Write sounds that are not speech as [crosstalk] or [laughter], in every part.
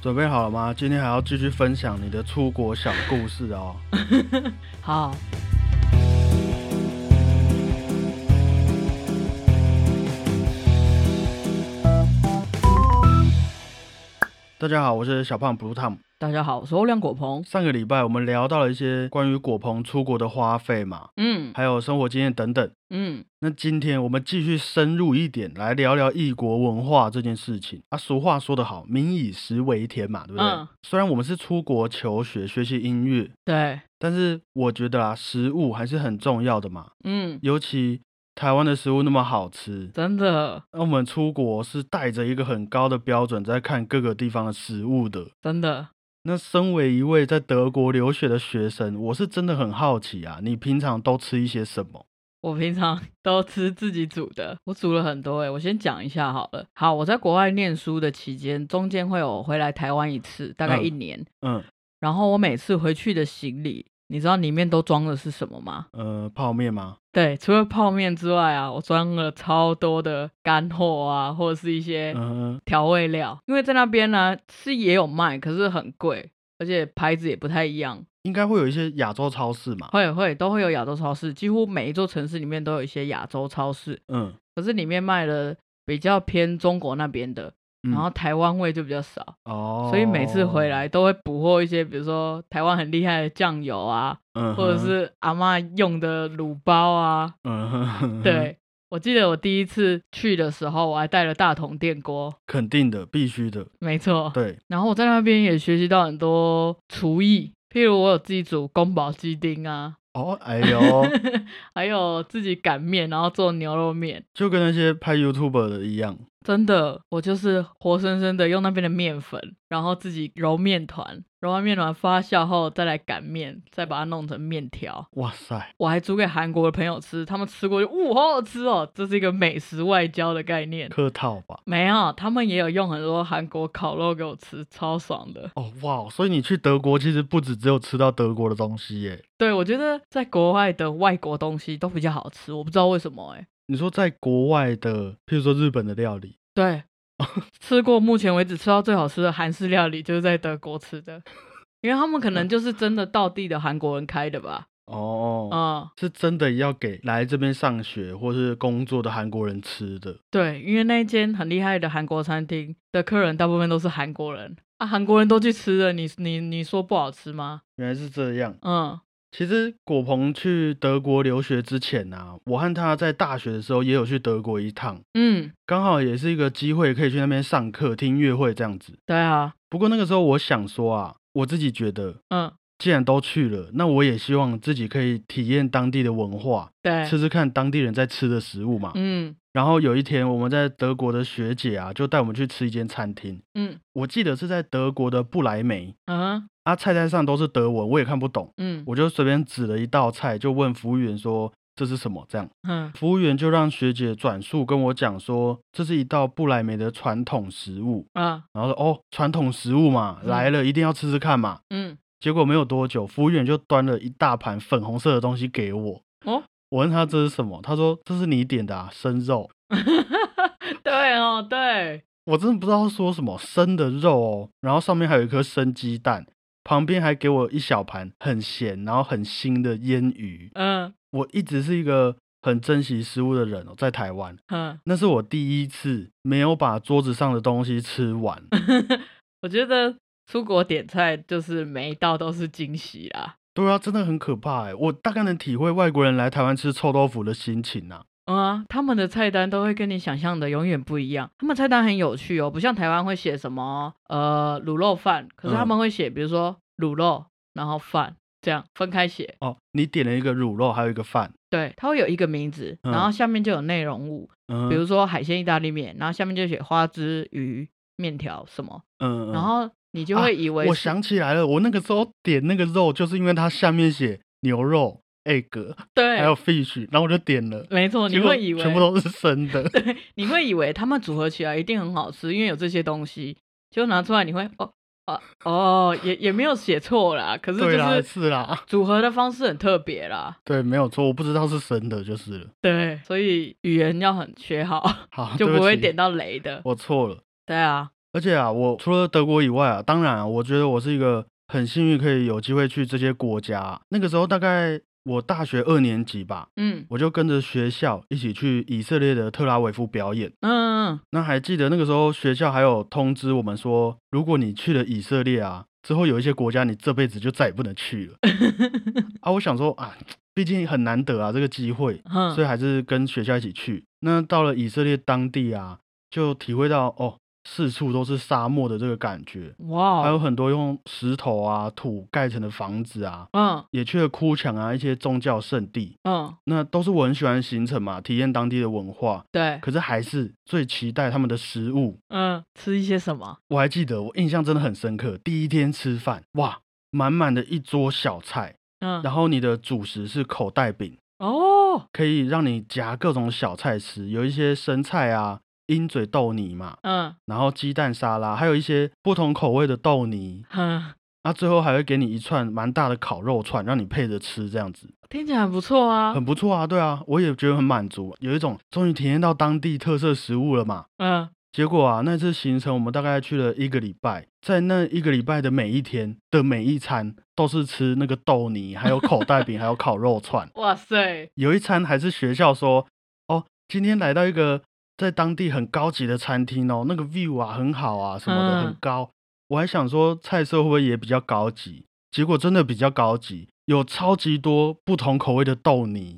准备好了吗？今天还要继续分享你的出国小故事哦。 [laughs] 好，大家好，我是小胖 Blue Tom。大家好，我是欧良果鹏。上个礼拜我们聊到了一些关于果鹏出国的花费嘛，嗯还有生活经验等等。嗯，那今天我们继续深入一点来聊聊异国文化这件事情啊。俗话说得好，“民以食为天”嘛，对不对？嗯虽然我们是出国求学学习音乐，对，但是我觉得啊，食物还是很重要的嘛。嗯，尤其台湾的食物那么好吃，真的那我们出国是带着一个很高的标准在看各个地方的食物的。真的，那身为一位在德国留学的学生，我是真的很好奇啊，你平常都吃一些什么？我平常都吃自己煮的，我煮了很多欸诶、我先讲一下好了。好，我在国外念书的期间，中间会有回来台湾一次，大概嗯一年。嗯然后我每次回去的行李，你知道里面都装的是什么吗？呃，泡面吗？对，除了泡面之外啊，我装了超多的干货啊，或者是一些嗯、调味料，因为在那边呢、是也有卖，可是很贵，而且牌子也不太一样。应该会有一些亚洲超市嘛。会会都会有亚洲超市，几乎每一座城市里面都有一些亚洲超市，嗯，可是里面卖的比较偏中国那边的，嗯然后台湾味就比较少，哦，所以每次回来，都会补货一些，比如说台湾很厉害的酱油啊，嗯哼，或者是阿妈用的卤包啊，嗯哼，对。我记得我第一次去的时候，我还带了大桶电锅，肯定的，必须 [laughs] 的，没错，对，然后我在那边也学习到很多厨艺，譬如我有自己煮宫保鸡丁啊，哦，哎呦，还有自己擀面，然后做牛肉面。就跟那些拍 YouTube 的一样，真的，我就是活生生的用那边的面粉，然后自己揉面团，揉完面团发酵后再来擀面，再把它弄成面条。哇塞，我还煮给韩国的朋友吃，他们吃过就，呜，好好吃哦！这是一个美食外交的概念。客套吧。没有，他们也有用很多韩国烤肉给我吃，超爽的。哦哇，所以你去德国其实不止只有吃到德国的东西耶。对，我觉得在国外的外国东西都比较好吃，我不知道为什么哎、你说在国外的，譬如说日本的料理，对，吃过目前为止吃到最好吃的韩式料理就是在德国吃的，因为他们可能就是真的道地的韩国人开的吧。哦，嗯，是真的要给来这边上学或是工作的韩国人吃的。对，因为那一间很厉害的韩国餐厅的客人大部分都是韩国人啊，韩国人都去吃了，你你你说不好吃吗？原来是这样。嗯，其实果鹏去德国留学之前啊，我和他在大学的时候也有去德国一趟，嗯，刚好也是一个机会，可以去那边上课、听音乐会这样子。对啊，不过那个时候我想说啊，我自己觉得，嗯，既然都去了，那我也希望自己可以体验当地的文化，对，吃吃看当地人在吃的食物嘛。嗯然后有一天，我们在德国的学姐啊，就带我们去吃一间餐厅，嗯我记得是在德国的布莱梅，嗯啊，菜单上都是德文，我也看不懂，嗯我就随便指了一道菜，就问服务员说这是什么？这样，嗯，服务员就让学姐转述跟我讲说，这是一道布莱梅的传统食物，啊然后说哦，传统食物嘛，嗯来了一定要吃吃看嘛。嗯， [laughs] 结果没有多久，服务员就端了一大盘粉红色的东西给我。哦，我问他这是什么，他说这是你点的啊，生肉。对哦，对，我真的不知道说什么生的肉哦，然后上面还有一颗生鸡蛋，旁边还给我一小盘很咸然后很腥的腌鱼。嗯我一直是一个很珍惜食物的人哦，在台湾，嗯，那是我第一次没有把桌子上的东西吃完。 [laughs] 我觉得出国点菜就是每一道都是惊喜啦。嗯对啊，真的很可怕哎！我大概能体会外国人来台湾吃臭豆腐的心情啊。嗯啊，他们的菜单都会跟你想象的永远不一样。他们菜单很有趣哦，不像台湾会写什么呃卤肉饭，可是他嗯们会写比如说卤肉，然后饭这样分开写。哦，你点了一个卤肉，还有一个饭，对，它会有一个名字，然后嗯下面就有内容物，嗯，比如说海鲜意大利面，然后下面就写花枝鱼面条什么，嗯，嗯然后你就啊会以为我是想起来了，我那个时候点那个肉，就是因为它下面写牛肉、egg，对还，有 fish，然后我就点了，没错，哦你结果会以为全部都是生的。 [laughs] 对，你会以为他们组合起来一定很好吃，因为有这些东西，结果拿出来你会哦啊哦，也也没有写错啦，可是对啦，就是啦，组合的方式很特别啦，对，没有错，我不知道是生的，就是了。对，所以语言要很学好，好，啊对就不不会起点，到雷的。我错了。对啊，而且啊，我除了德国以外啊，当然、啊、我觉得我是一个很幸运可以有机会去这些国家啊、那个时候大概我大学二年级吧，嗯我就跟着学校一起去以色列的特拉维夫表演。嗯嗯那还记得那个时候学校还有通知我们说，如果你去了以色列啊，之后有一些国家你这辈子就再也不能去了啊。我想说啊，毕竟很难得啊这个机会，嗯，所以还是跟学校一起去。那到了以色列当地啊，就体会到哦，四处都是沙漠的这个感觉，还哇有哦，很多用石头啊、土盖成的房子啊，嗯也去了哭墙啊一些宗教圣地，嗯，那都是我很喜欢的行程嘛，体验当地的文化。对，可是还是最期待他们的食物。嗯，吃一些什么？我还记得，我印象真的很深刻。第一天吃饭，哇，满满的一桌小菜，嗯，然后你的主食是口袋饼，哦，可以让你夹各种小菜吃，有一些生菜啊、鹰嘴豆泥嘛，嗯然后鸡蛋沙拉，还有一些不同口味的豆泥。哼，啊，最后还会给你一串蛮大的烤肉串，让你配着吃，这样子听起来很不错啊。很不错啊。对啊，我也觉得很满足，有一种终于体验到当地特色食物了嘛。嗯结果啊，那次行程我们大概去了一个礼拜，在那一个礼拜的每一天的每一餐都是吃那个豆泥，还有口袋饼，还有烤肉串。哇塞，有一餐还是学校说，哦，今天来到一个在当地很高级的餐厅哦，那个 view 啊很好啊，什么的、很嗯高。我还想说菜色会不会也比较高级，结果真的比较高级，有超级多不同口味的豆泥，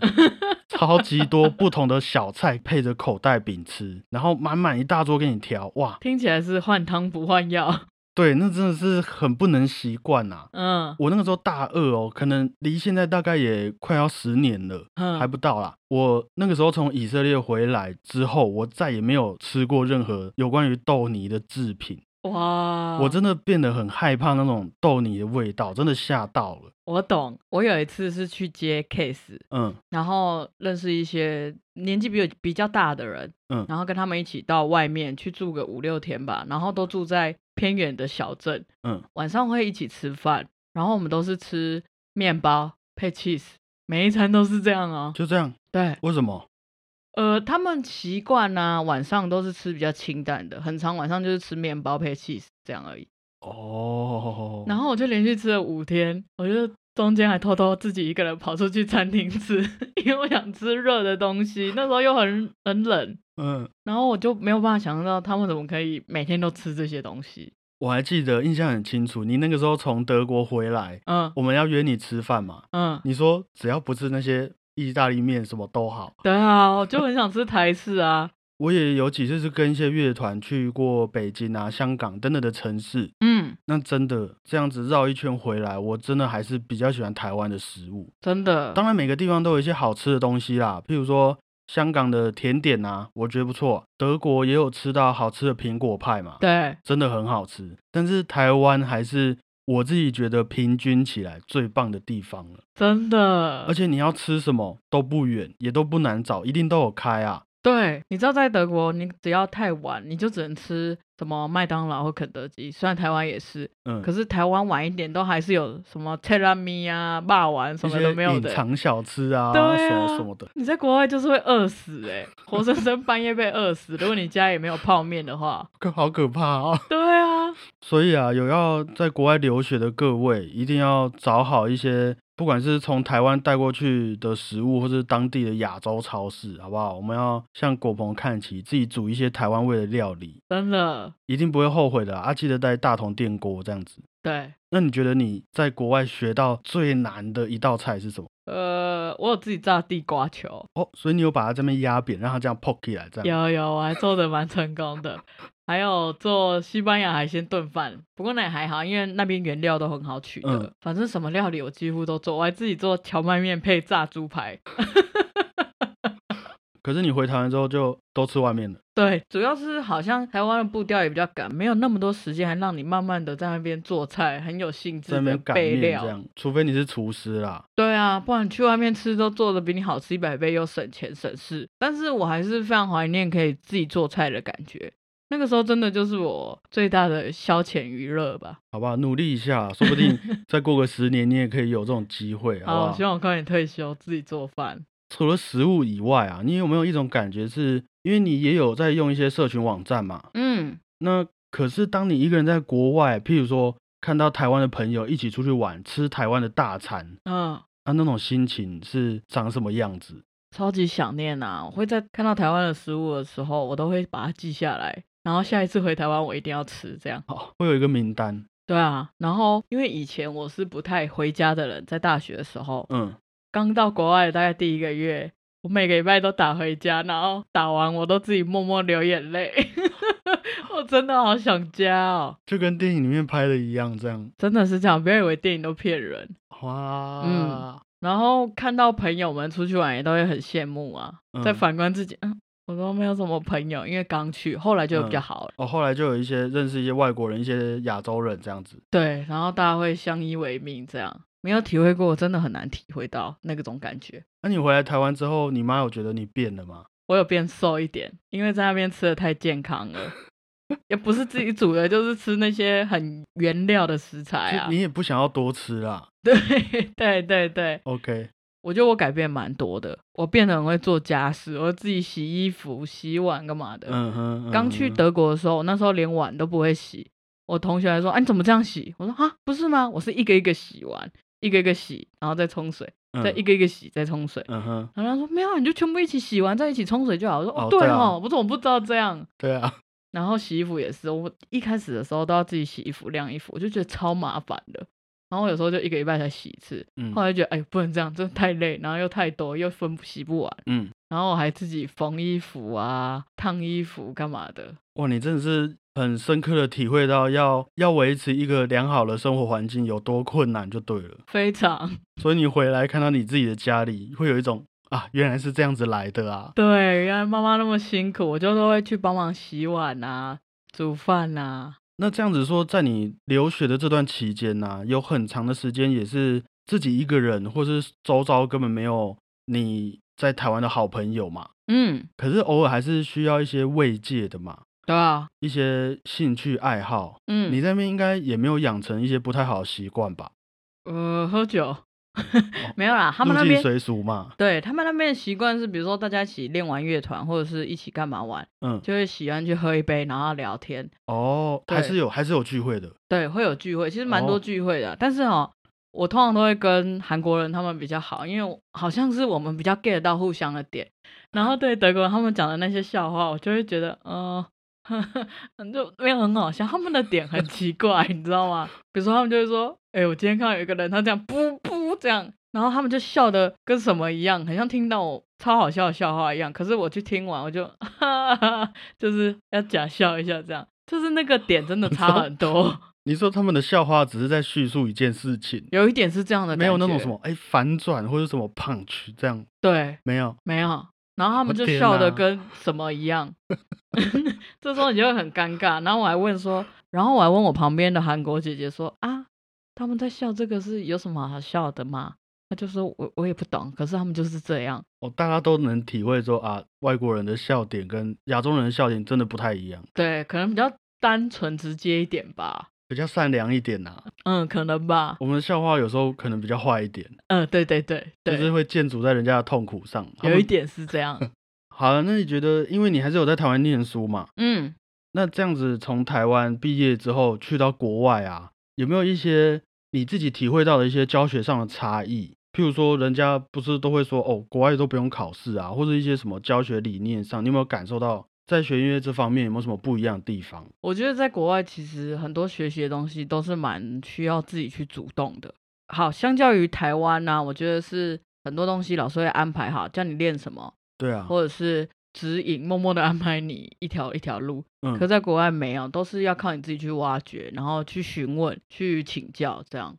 超级多不同的小菜配着口袋饼吃，然后满满一大桌给你挑，哇，听起来是换汤不换药。对，那真的是很不能习惯呐。嗯我那个时候大二哦，可能离现在大概也快要十年了。还嗯，不到啦。我那个时候从以色列回来之后，我再也没有吃过任何有关于豆泥的制品。哇，我真的变得很害怕那种豆泥的味道，真的吓到了。我懂。我有一次是去接 case，嗯然后认识一些年纪比我比较大的人，嗯然后跟他们一起到外面去住个五六天吧，然后都住在偏远的小镇，嗯，晚上会一起吃饭，然后我们都是吃面包配 cheese，每一餐都是这样哦。就这样。对，为什么？呃，他们习惯呢，晚上都是吃比较清淡的，很常晚上就是吃面包配 cheese 这样而已。哦，然后我就连续吃了五天，我就中间还偷偷自己一个人跑出去餐厅吃， [laughs] 因为我想吃热的东西，那时候又很很冷，嗯，然后我就没有办法想象到他们怎么可以每天都吃这些东西。我还记得，印象很清楚。你那个时候从德国回来，嗯我们要约你吃饭嘛？嗯，你说只要不是那些意大利面什么都好。对啊，我就很想吃台式啊。我也有几次是跟一些乐团去过北京啊、香港等等的城市，嗯，那真的这样子绕一圈回来，我真的还是比较喜欢台湾的食物。真的。当然，每个地方都有一些好吃的东西啦，譬如说香港的甜点啊，我觉得不错。德国也有吃到好吃的苹果派嘛，对，真的很好吃。但是台湾还是我自己觉得平均起来最棒的地方了。真的。而且你要吃什么都不远，也都不难找，一定都有开啊。对，你知道在德国，你只要太晚，你就只能吃什么麦当劳或肯德基。虽然台湾也是，嗯，可是台湾晚一点都还是有什么切拉米啊、霸王什一么些都没有隐的。藏小吃啊，对什么啊什么的。你在国外就是会饿死哎、 [laughs] 活生生半夜被饿死。如果你家也没有泡面 [laughs] 的话，可好可怕啊、对啊，所以啊，有要在国外留学的各位，一定要找好一些，不管是从台湾带过去的食物，或是当地的亚洲超市，好不好？我们要向果鹏看齐，自己煮一些台湾味的料理，真的，一定不会后悔的啊！啊记得带大同电锅这样子。对，那你觉得你在国外学到最难的一道菜是什么？呃，我有自己炸地瓜球，哦，所以你有把它这边压扁，让它这样 poke 起来，这样。有有，我还做的蛮成 [laughs] 功的，还有做西班牙海鲜炖饭，不过那也还好，因为那边原料都很好取得，嗯反正什么料理我几乎都做，我还自己做荞麦面配炸猪排，可是你回台湾之后就都吃外面了。对，主要是好像台湾的步调也比较赶，没有那么多时间，还让你慢慢的在那边做菜，很有兴致在那的边擀备面这料。样，除非你是厨师啦。对啊，不然去外面吃都做的比你好吃一百倍，又省钱省事。但是我还是非常怀念可以自己做菜的感觉，那个时候真的就是我最大的消遣娱乐吧。好吧，努力一下，说不 [laughs] 定再过个十年，你也可以有这种机会，好不好，好？哦希望我快点退休，自己做饭。除了食物以外啊，你有没有一种感觉是，因为你也有在用一些社群网站嘛？嗯，那可是当你一个人在国外，譬如说看到台湾的朋友一起出去玩，吃台湾的大餐，嗯，啊，那种心情是长什么样子？超级想念啊！我会在看到台湾的食物的时候，我都会把它记下来，然后下一次回台湾我一定要吃这样。好，会有一个名单，对啊，然后因为以前我是不太回家的人，在大学的时候，嗯，刚到国外大概第一个月，我每个礼拜都打回家，然后打完我都自己默默流眼泪， [laughs] 我真的好想家哦，就跟电影里面拍的一样，这样，真的是这样，不要以为电影都骗人。哇，嗯然后看到朋友们出去玩，也都会很羡慕啊。再嗯反观自己，嗯，我都没有什么朋友，因为刚去，后来就比较嗯好了。哦，后来就有一些认识一些外国人、一些亚洲人这样子，对，然后大家会相依为命，这样没有体会过，真的很难体会到那个种感觉。那、你回来台湾之后，你妈有觉得你变了吗？我有变瘦一点，因为在那边吃的太健康了，也不是自己煮的，就是吃那些很原料的食材就啊。你也不想要多吃啦。 [laughs] 对对对对， OK，我觉得我改变蛮多的，我变得很会做家事，我自己洗衣服、洗碗干嘛的。嗯哼，呃刚嗯去哼，德国的时候，我那时候连碗都不会洗。我同学还说：“啊，你怎么这样洗？”我说：“啊，不是吗？我是一个一个洗完，一个一个洗，然后再冲水，嗯再一，个一个洗，再冲水。嗯哼，然后他说：“没有啊，你就全部一起洗完，再一起冲水就好。”我说：“哦，哦对对啊哦，我怎么不知道这样对啊，？”然后洗衣服也是，我一开始的时候都要自己洗衣服、晾衣服，我就觉得超麻烦的。然后我有时候就一个礼拜才洗一次，嗯后来就觉得哎，不能这样，真的太累，然后又太多，又分洗不完。嗯，然后我还自己缝衣服啊、烫衣服干嘛的，哇，你真的是很深刻的体会到要要维持一个良好的生活环境有多困难就对了。非常 [laughs] 所以你回来看到你自己的家里，会有一种啊，原来是这样子来的啊。对，原来妈妈那么辛苦，我就都会去帮忙洗碗啊、煮饭啊。那这样子说，在你留学的这段期间呢、有很长的时间也是自己一个人，或是周遭根本没有你在台湾的好朋友嘛。嗯，可是偶尔还是需要一些慰藉的嘛，对啊，一些兴趣爱好。嗯，你在那边应该也没有养成一些不太好的习惯吧？呃喝酒 [laughs] 没有啦，他们哦入那境边随俗嘛，对他们那边的习惯是，比如说大家一起练完乐团或者是一起干嘛玩，嗯，就会喜欢去喝一杯，然后聊天。哦，还对是有还是有聚会的，对，会有聚会，其实蛮多哦聚会的，但是哦。我通常都会跟韩国人他们比较好，因为我好像是我们比较 get 到互相的点，然后对德国人他们讲的那些笑话，我就会觉得，呃， [laughs] 就没有很好笑，他们的点很奇怪，你知道吗？比如说他们就会说，哎、我今天看到有一个人他这样噗噗这样，然后他们就笑的跟什么一样，很像听到我超好笑的笑话一样，可是我去听完我就 [laughs] 就是要假笑一下这样，就是那个点真的差很多。你说他们的笑话只是在叙述一件事情，有一点是这样的，没有那种什，么哎反转或者什么 punch 这样，对，没有。没有。然后他们就天笑的哪跟什么一样， [laughs] 这时候你就会很尴尬。然后我还问说，然后我还问我旁边的韩国姐姐说啊，他们在笑这个是有什么好笑的吗？她就说我我也不懂，可是他们就是这样。哦，大家都能体会说啊，外国人的笑点跟亚洲人的笑点真的不太一样，对，可能比较单纯直接一点吧，比较善良一点呐、嗯，可能吧，我们的笑话有时候可能比较坏一点，嗯，对对对就对，是会建筑在人家的痛苦上。他有一们。点是这样，好了，那你觉得，因为你还是有在台湾念书嘛，嗯。那这样子从台湾毕业之后去到国外啊，有没有一些你自己体会到的一些教学上的差异？譬如说，人家不是都会说哦，国外都不用考试啊，或者一些什么教学理念上，你有没有感受到在学音乐这方面有没有什么不一样的地方？我觉得在国外，其实很多学习的东西都是蛮需要自己去主动的。好，相较于台湾呢、我觉得是很多东西老师会安排好，叫你练什么，对啊，或者是指引，默默的安排你一条一条路。可嗯，在国外没有，都是要靠你自己去挖掘，然后去询问、去请教，这样。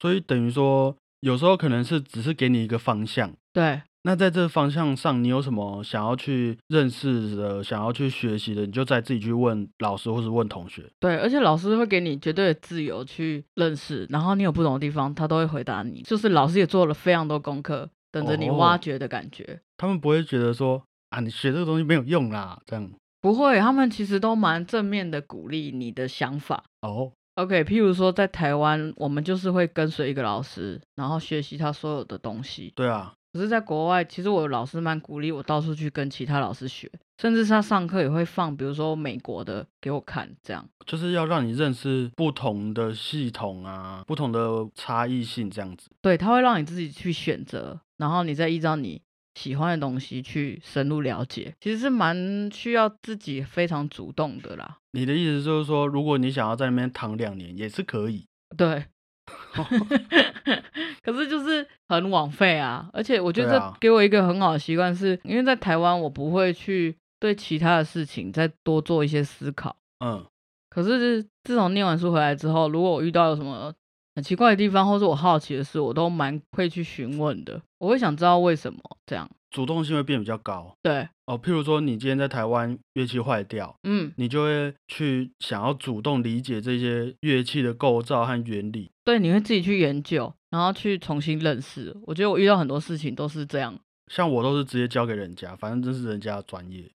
所以等于说，有时候可能是只是给你一个方向。对，那在这方向上，你有什么想要去认识的、想要去学习的，你就再自己去问老师或是问同学。对，而且老师会给你绝对的自由去认识，然后你有不懂的地方，他都会回答你。就是老师也做了非常多功课，等着你哦挖掘的感觉。他们不会觉得说啊，你学这个东西没有用啦，这样不会，他们其实都蛮正面的鼓励你的想法。哦， OK，譬如说在台湾，我们就是会跟随一个老师，然后学习他所有的东西。对啊，可是，在国外，其实我老师蛮鼓励我到处去跟其他老师学，甚至是他上课也会放，比如说美国的给我看，这样。就是要让你认识不同的系统啊，不同的差异性这样子。对，他会让你自己去选择，然后你再依照你喜欢的东西去深入了解，其实是蛮需要自己非常主动的啦。你的意思就是说，如果你想要在那边躺两年也是可以，对， [laughs] 可是就是很枉费啊！而且我觉得对这啊给我一个很好的习惯是，因为在台湾我不会去对其他的事情再多做一些思考。嗯，可是自从念完书回来之后，如果我遇到有什么很奇怪的地方，或是我好奇的事，我都蛮会去询问的。我会想知道为什么这样。主动性会变比较高对，哦。譬如说，你今天在台湾乐器坏掉，嗯，你就会去想要主动理解这些乐器的构造和原理。对，你会自己去研究，然后去重新认识。我觉得我遇到很多事情都是这样。像我都是直接交给人家，反正这是人家的专业。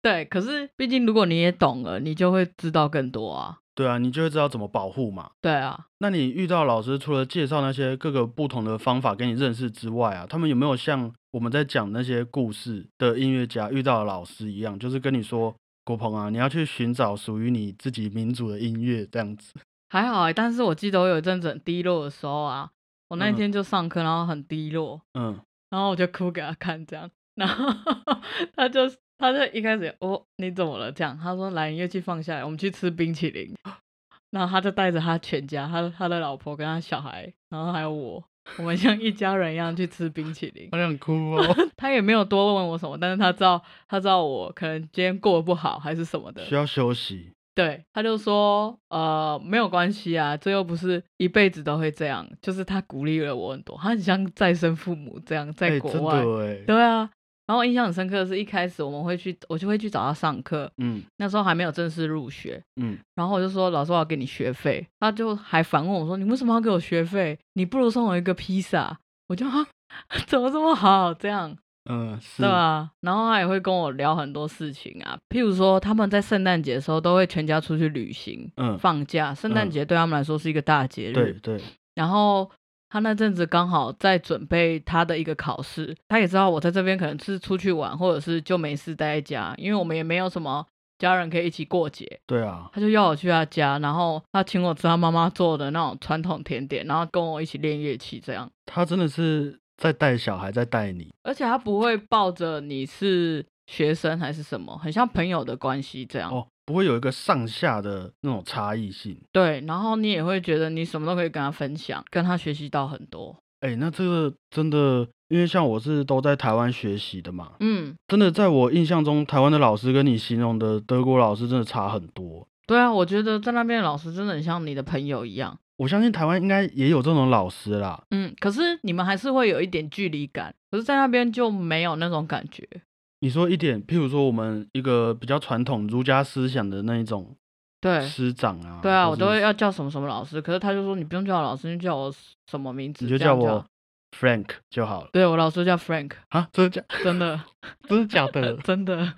对，可是毕竟如果你也懂了，你就会知道更多啊。对啊，你就会知道怎么保护嘛。对啊，那你遇到老师，除了介绍那些各个不同的方法给你认识之外啊，他们有没有像我们在讲那些故事的音乐家遇到的老师一样，就是跟你说国鹏啊，你要去寻找属于你自己民族的音乐这样子？还好、欸。但是我记得我有一阵子很低落的时候啊，我那一嗯天就上课，然后很低落，嗯，然后我就哭给他看，这样，然后 [laughs] 他就他就一开始哦你怎么了这样，他说来你乐器放下来，我们去吃冰淇淋， [laughs] 然后他就带着他全家，他他的老婆跟他小孩，然后还有我，我们像一家人一样去吃冰淇淋。 [laughs] 好想哭哦，他也没有多问我什么，但是他知道他知道我可能今天过得不好还是什么的 [laughs] 需，要休息。对，他就说呃没有关系啊，这又不是一辈子都会这样，就是他鼓励了我很多，他很像再生父母这样在哎，国真外，的哎，对啊。然后我印象很深刻的是，一开始我们会去，我就会去找他上课，嗯那时候还没有正式入学，嗯，然后我就说老师我要给你学费，他就还反问我说你为什么要给我学费？你不如送我一个披萨。我就啊 [laughs] 怎么这么好这样？嗯，是对啊，然后他也会跟我聊很多事情啊，譬如说他们在圣诞节的时候都会全家出去旅行，嗯，放假，圣诞嗯节对他们来说是一个大节日。对对，然后他那阵子刚好在准备他的一个考试，他也知道我在这边可能是出去玩，或者是就没事待在家，因为我们也没有什么家人可以一起过节，对啊，他就要我去他家，然后他请我吃他妈妈做的那种传统甜点，然后跟我一起练乐器这样。他真的是在带小孩，在带你。而且他不会抱着你是学生还是什么，很像朋友的关系这样。哦，不会有一个上下的那种差异性。对，然后你也会觉得你什么都可以跟他分享，跟他学习到很多。哎、那这个真的，因为像我是都在台湾学习的嘛，嗯，真的在我印象中，台湾的老师跟你形容的德国老师真的差很多。对啊，我觉得在那边的老师真的很像你的朋友一样。我相信台湾应该也有这种老师啦，嗯，可是你们还是会有一点距离感，可是，在那边就没有那种感觉。你说一点，譬如说我们一个比较传统儒家思想的那一种对，师长啊，对啊，或我是都会要叫什么什么老师，可是他就说你不用叫我老师，你就叫我什么名字，你就这叫样我 Frank 就好了对我老师叫 Frank，啊，真的假？真的，真的假的？真的。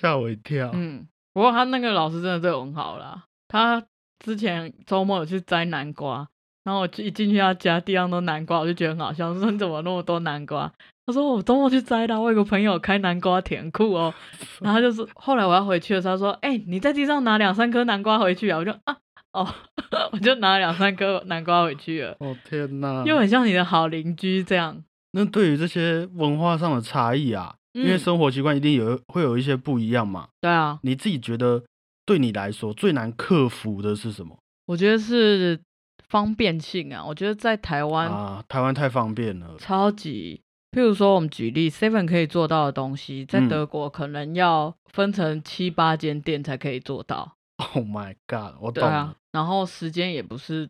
吓我一跳。嗯，不过他那个老师真的对我很好啦。他之前周末有去摘南瓜，然后我就一进去他家，地上都南瓜，我就觉得很好笑，我说你怎么那么多南瓜？他说我周末去摘的啊，我有个朋友开南瓜田 [laughs] 库哦。然后他就是后来我要回去的时候，他说：“哎、你在地上拿两三颗南瓜回去啊。”我就啊哦， [laughs] 我就拿了两三颗南瓜回去了，哦天哪！又很像你的好邻居这样。那对于这些文化上的差异啊，因为嗯生活习惯一定有会有一些不一样嘛。对啊，你自己觉得对你来说最难克服的是什么我觉得是方便性啊。我觉得在台湾啊？台湾太方便了，超级。譬如说，我们举例，Seven 可以做到的东西，在嗯德国可能要分成七八间店才可以做到。 Oh my god！我对懂啊了，，然后时间也不是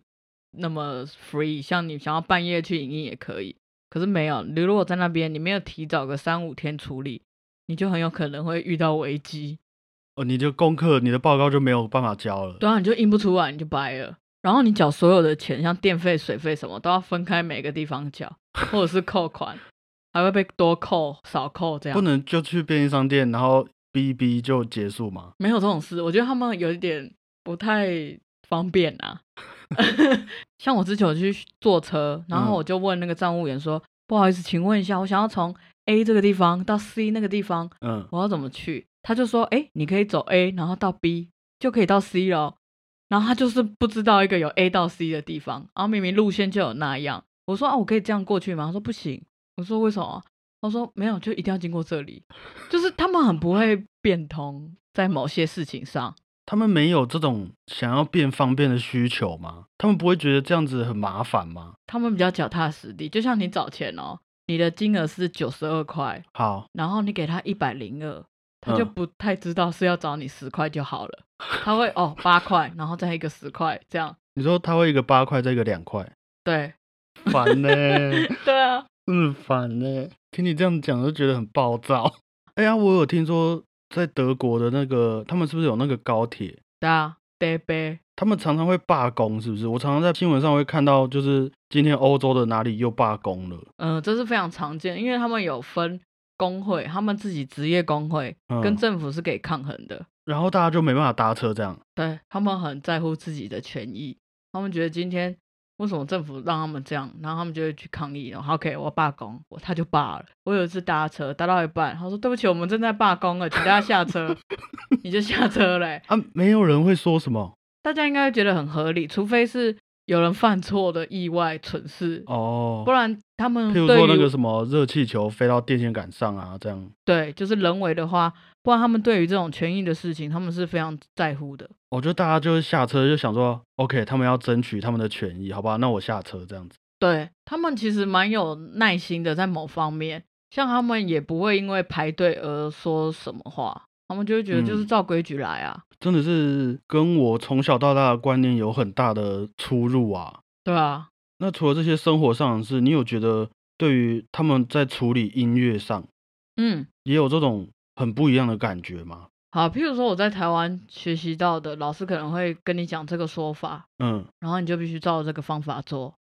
那么 free，像你想要半夜去影印也可以，可是没有。你如果在那边，你没有提早个三五天处理，你就很有可能会遇到危机。哦，你的功课、你的报告就没有办法交了。对啊，你就印不出来，你就掰了。然后你缴所有的钱，像电费、水费什么，都要分开每个地方缴，或者是扣款，还会被多扣、少扣这样不。能就去便利商店，然后逼一逼就结束吗？没有这种事，我觉得他们有一点不太方便啊。像我之前有去坐车，然后嗯我就问那个站务员说：“不好意思，请问一下，我想要从 A 这个地方到 C 那个地方，嗯，我要怎么去？”他就说：“哎，你可以走 A，然后到 B 就可以到 C 了。”然后他就是不知道一个有 A 到 C 的地方，然后明明路线就有那样。我说：“啊，我可以这样过去吗？”他说：“不行。”我说：“为什么？”他说：“没有，就一定要经过这里。”就是他们很不会变通在某些事情上。他们没有这种想要变方便的需求吗？他们不会觉得这样子很麻烦吗？他们比较脚踏实地，就像你找钱哦，你的金额是九十二块，好，然后你给他一百零二，他就嗯不太知道是要找你十块就好了，他会哦八块，然后再一个十块这样，你说他会一个八块，再一个两块，对烦呢、 [laughs] 对啊，真的烦呢、听你这样讲，就觉得很暴躁。哎呀，我有听说在德国的那个，他们是不是有那个高铁？对啊，得呗，他们常常会罢工，是不是？我常常在新闻上会看到，就是今天欧洲的哪里又罢工了。嗯，这是非常常见，因为他们有分工会，他们自己职业工会嗯跟政府是可以抗衡的，然后大家就没办法搭车，这样对他嗯们很在乎自己的权益，他们觉得今天为什么政府让他们这样，然后他们就会去抗议，然后 OK 我罢工，我他就罢了。我有一次搭车搭到一半，他说对不起，我们正在罢工了，请大家下车，你就下车嘞、啊，没有人会说什么大家应该会觉得很合理，除非是有人犯错的意外蠢事，哦不。然他们譬如对说那于个什么热气球飞到电线杆上啊，这样对就是人为的话，不然他们对于这种权益的事情，他们是非常在乎的。我觉得大家就是下车就想说，OK，他们要争取他们的权益，好吧？那我下车这样子。对他们其实蛮有耐心的，在某方面，像他们也不会因为排队而说什么话，他们就会觉得就是嗯照规矩来啊，真的是跟我从小到大的观念有很大的出入啊。对啊，那除了这些生活上的事，你有觉得对于他们在处理音乐上嗯，也有这种很不一样的感觉吗？好，譬如说我在台湾学习到的，老师可能会跟你讲这个说法，嗯，然后你就必须照这个方法做，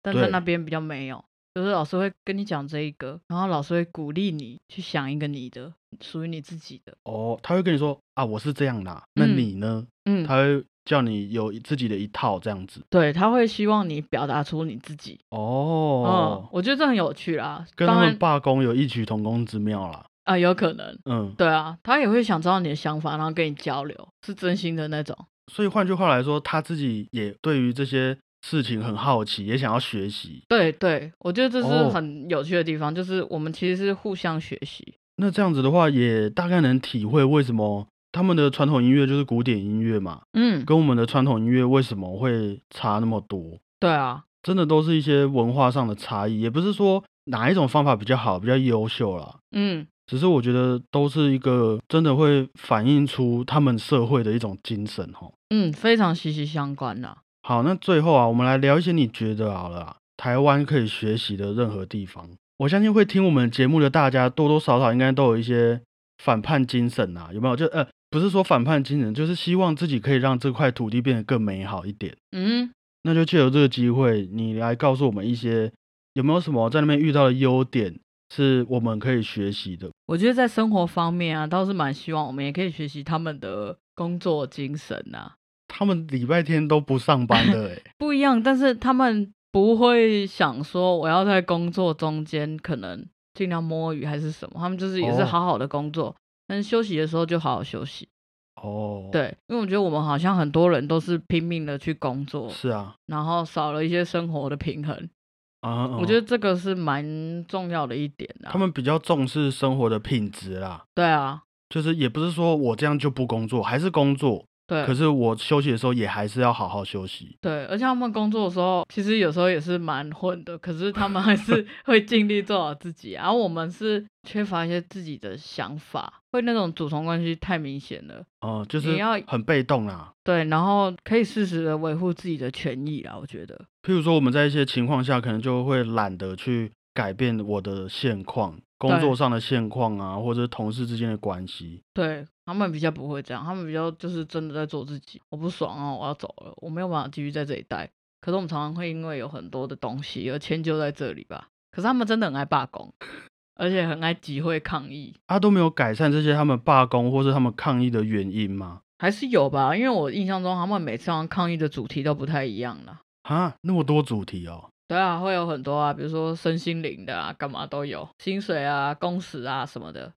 但在对那边比较没有，就是老师会跟你讲这一个，然后老师会鼓励你去想一个你的属于你自己的，哦，他会跟你说啊，我是这样啦，那嗯你呢？嗯，他会叫你有自己的一套这样子。对，他会希望你表达出你自己，嗯哦，，我觉得这很有趣啦，跟他当然们罢工有异曲同工之妙啦。啊、有可能，嗯，对啊，他也会想知道你的想法，然后跟你交流，是真心的那种。所以换句话来说，他自己也对于这些事情很好奇，也想要学习。对对，我觉得这哦是很有趣的地方，就是我们其实是互相学习。那这样子的话，也大概能体会为什么他们的传统音乐就是古典音乐嘛，嗯，跟我们的传统音乐为什么会差那么多？对啊，真的都是一些文化上的差异，也不是说哪一种方法比较好、比较优秀啦。嗯，只是我觉得都是一个真的会反映出他们社会的一种精神吼。嗯，非常息息相关啦。好，那最后啊，我们来聊一些你觉得好了啊，台湾可以学习的任何地方。我相信会听我们节目的大家，多多少少应该都有一些反叛精神啊，有没有？就呃，不是说反叛精神，就是希望自己可以让这块土地变得更美好一点。嗯，那就借由这个机会，你来告诉我们一些有没有什么在那边遇到的优点，是我们可以学习的。我觉得在生活方面啊，倒是蛮希望我们也可以学习他们的工作精神啊，他们礼拜天都不上班 [laughs] 的、欸，不一样，但是他们不会想说我要在工作中间可能尽量摸鱼还是什么，他们就是也是哦好好的工作，但是休息的时候就好好休息。哦，，对，因为我觉得我们好像很多人都是拼命的去工作，是啊，然后少了一些生活的平衡。啊、我觉得得这个是蛮重要的一点啊。他们比较重视生活的品质啦。对啊，就是也不是说我这样就不工作，还是工作，可对是我休息的时候也还是要好好休息。对，而且他们工作的时候，其实有时候也是蛮混的，可是他们还是 [laughs] 会尽力做好自己啊。然后我们是缺乏一些自己的想法，会那种主从关系太明显了。嗯，就你是要很被动啦。对，然后可以适时的维护自己的权益啊啦，我觉得。譬如说我们在一些情况下，可能就会懒得去改变我的现况，工作对上的现况啊，或者是同事之间的关系。对他们比较不会这样，他们比较就是真的在做自己。我不爽啊，我要走了，我没有办法继续在这里待。可是我们常常会因为有很多的东西而迁就在这里吧。可是他们真的很爱罢工，而且很爱集会抗议，啊，都没有改善这些他们罢工或是他们抗议的原因吗？还是有吧？因为我印象中他们每次好像抗议的主题都不太一样啦。啊，那么多主题哦，对啊，会有很多啊，比如说身心灵的啊，干嘛都有，薪水啊、工时啊什么的。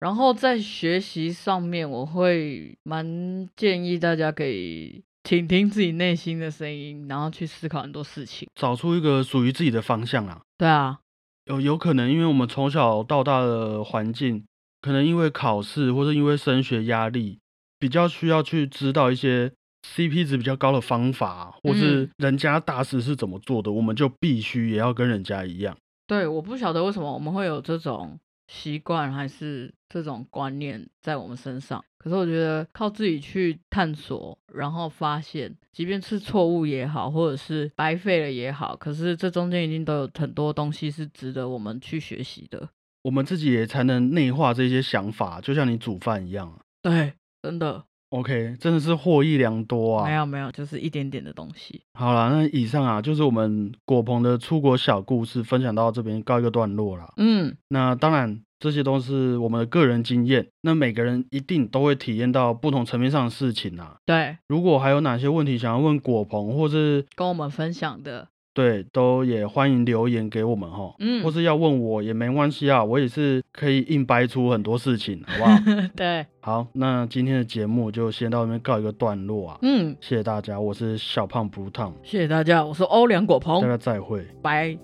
然后在学习上面，我会蛮建议大家可以倾听自己内心的声音，然后去思考很多事情。找出一个属于自己的方向啦。对啊，有有可能，因为我们从小到大的环境，可能因为考试或者因为升学压力，比较需要去知道一些 CP 值比较高的方法，或是嗯人家大师是怎么做的，我们就必须也要跟人家一样。对，我不晓得为什么我们会有这种习惯，还是这种观念在我们身上。可是我觉得靠自己去探索，然后发现，即便是错误也好，或者是白费了也好，可是这中间一定都有很多东西是值得我们去学习的。我们自己也才能内化这些想法，就像你煮饭一样啊。对，真的、 OK，真的是获益良多啊！没有没有，就是一点点的东西。好啦，那以上啊就是我们果鹏的出国小故事分享到这边告一个段落啦。嗯，那当然，这些都是我们的个人经验，那每个人一定都会体验到不同层面上的事情啊。对，如果还有哪些问题想要问果鹏，或是跟我们分享的，对，都也欢迎留言给我们哈。嗯或是要问我也没关系啊，我也是可以硬掰出很多事情，好不好？对，好，那今天的节目就先到这边告一个段落啊，嗯，谢谢大家，我是小胖不烫，谢谢大家，我是欧良果大鹏，家再会。拜。